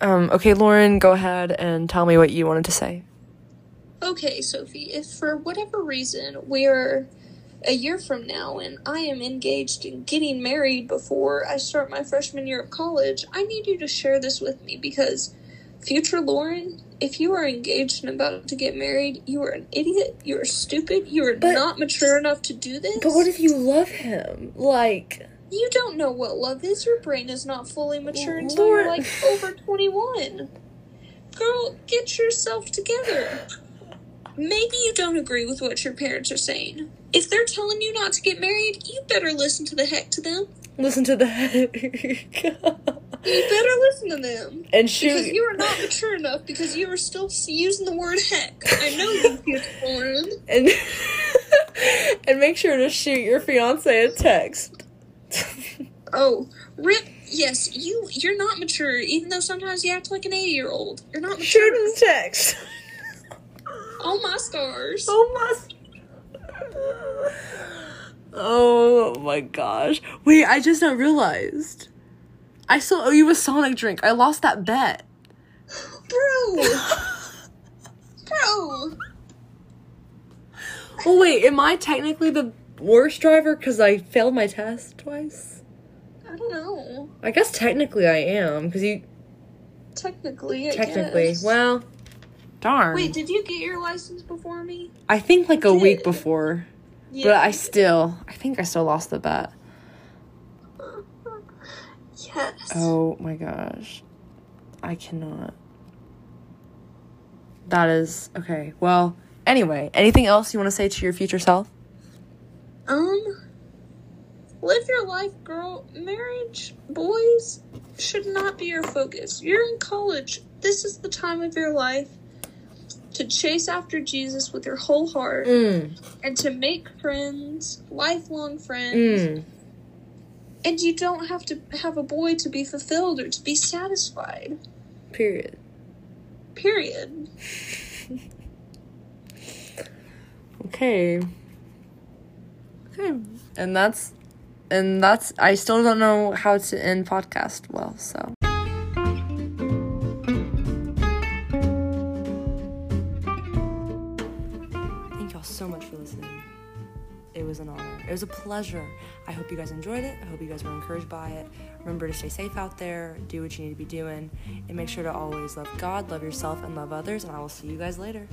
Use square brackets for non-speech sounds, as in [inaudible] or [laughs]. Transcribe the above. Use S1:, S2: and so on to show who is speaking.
S1: Um, okay, Lauren, go ahead and tell me what you wanted to say.
S2: Okay, Sophie, if for whatever reason we're a year from now and I am engaged and getting married before I start my freshman year of college, I need you to share this with me because, future Lauren, if you are engaged and about to get married, you are an idiot, you are stupid, you are
S3: But-
S2: not mature enough to do this.
S3: But what if you love him? Like,
S2: You don't know what love is. Your brain is not fully mature until
S3: Lauren-
S2: you're like over 21. Girl, get yourself together. Maybe you don't agree with what your parents are saying. If they're telling you not to get married, you better listen to the heck to them.
S3: listen to that.
S2: You better listen to
S3: [laughs]
S2: them.
S3: [laughs] and
S2: Because
S3: shoot.
S2: you are not mature enough because you are still using the word heck. I know you, [laughs] beautiful woman.
S3: and [laughs] and make sure to shoot your fiance a text. [laughs]
S2: Oh, rip. Yes, you you're not mature, even though sometimes you act like an 80 year old. You're not mature.
S3: Shoot him a text. [laughs]
S2: Oh my stars.
S3: Oh my. Oh my gosh! Wait, I just now realized. I still owe you a Sonic drink. I lost that bet. [laughs]
S2: Bro! Bro!
S3: Well, Oh, wait, am I technically the worst driver because I failed my test twice?
S2: I don't know.
S3: I guess technically I am because you
S2: Technically, I
S3: technically.
S2: guess.
S3: Well, um, darn.
S2: Wait, did you get your license before me?
S3: I think like a week
S2: did.
S3: before,
S2: Yeah.
S3: but I still, I think I still lost the bet.
S2: [laughs] Yes.
S3: Oh my gosh. I cannot. That is okay. Well, anyway, anything else you want to say to your future self?
S2: Um. Live your life, girl. Marriage, boys, should not be your focus. You're in college. This is the time of your life to chase after Jesus with your whole heart
S3: Mm.
S2: and to make friends, lifelong friends.
S3: Mm.
S2: And you don't have to have a boy to be fulfilled or to be satisfied.
S3: Period.
S2: Period.
S3: Okay. Okay. And that's and that's I still don't know how to end podcast well, so. Thank y'all so much for listening. It was an honor. It was a pleasure. I hope you guys enjoyed it. I hope you guys were encouraged by it. Remember to stay safe out there, do what you need to be doing, and make sure to always love God, love yourself, and love others. And I will see you guys later.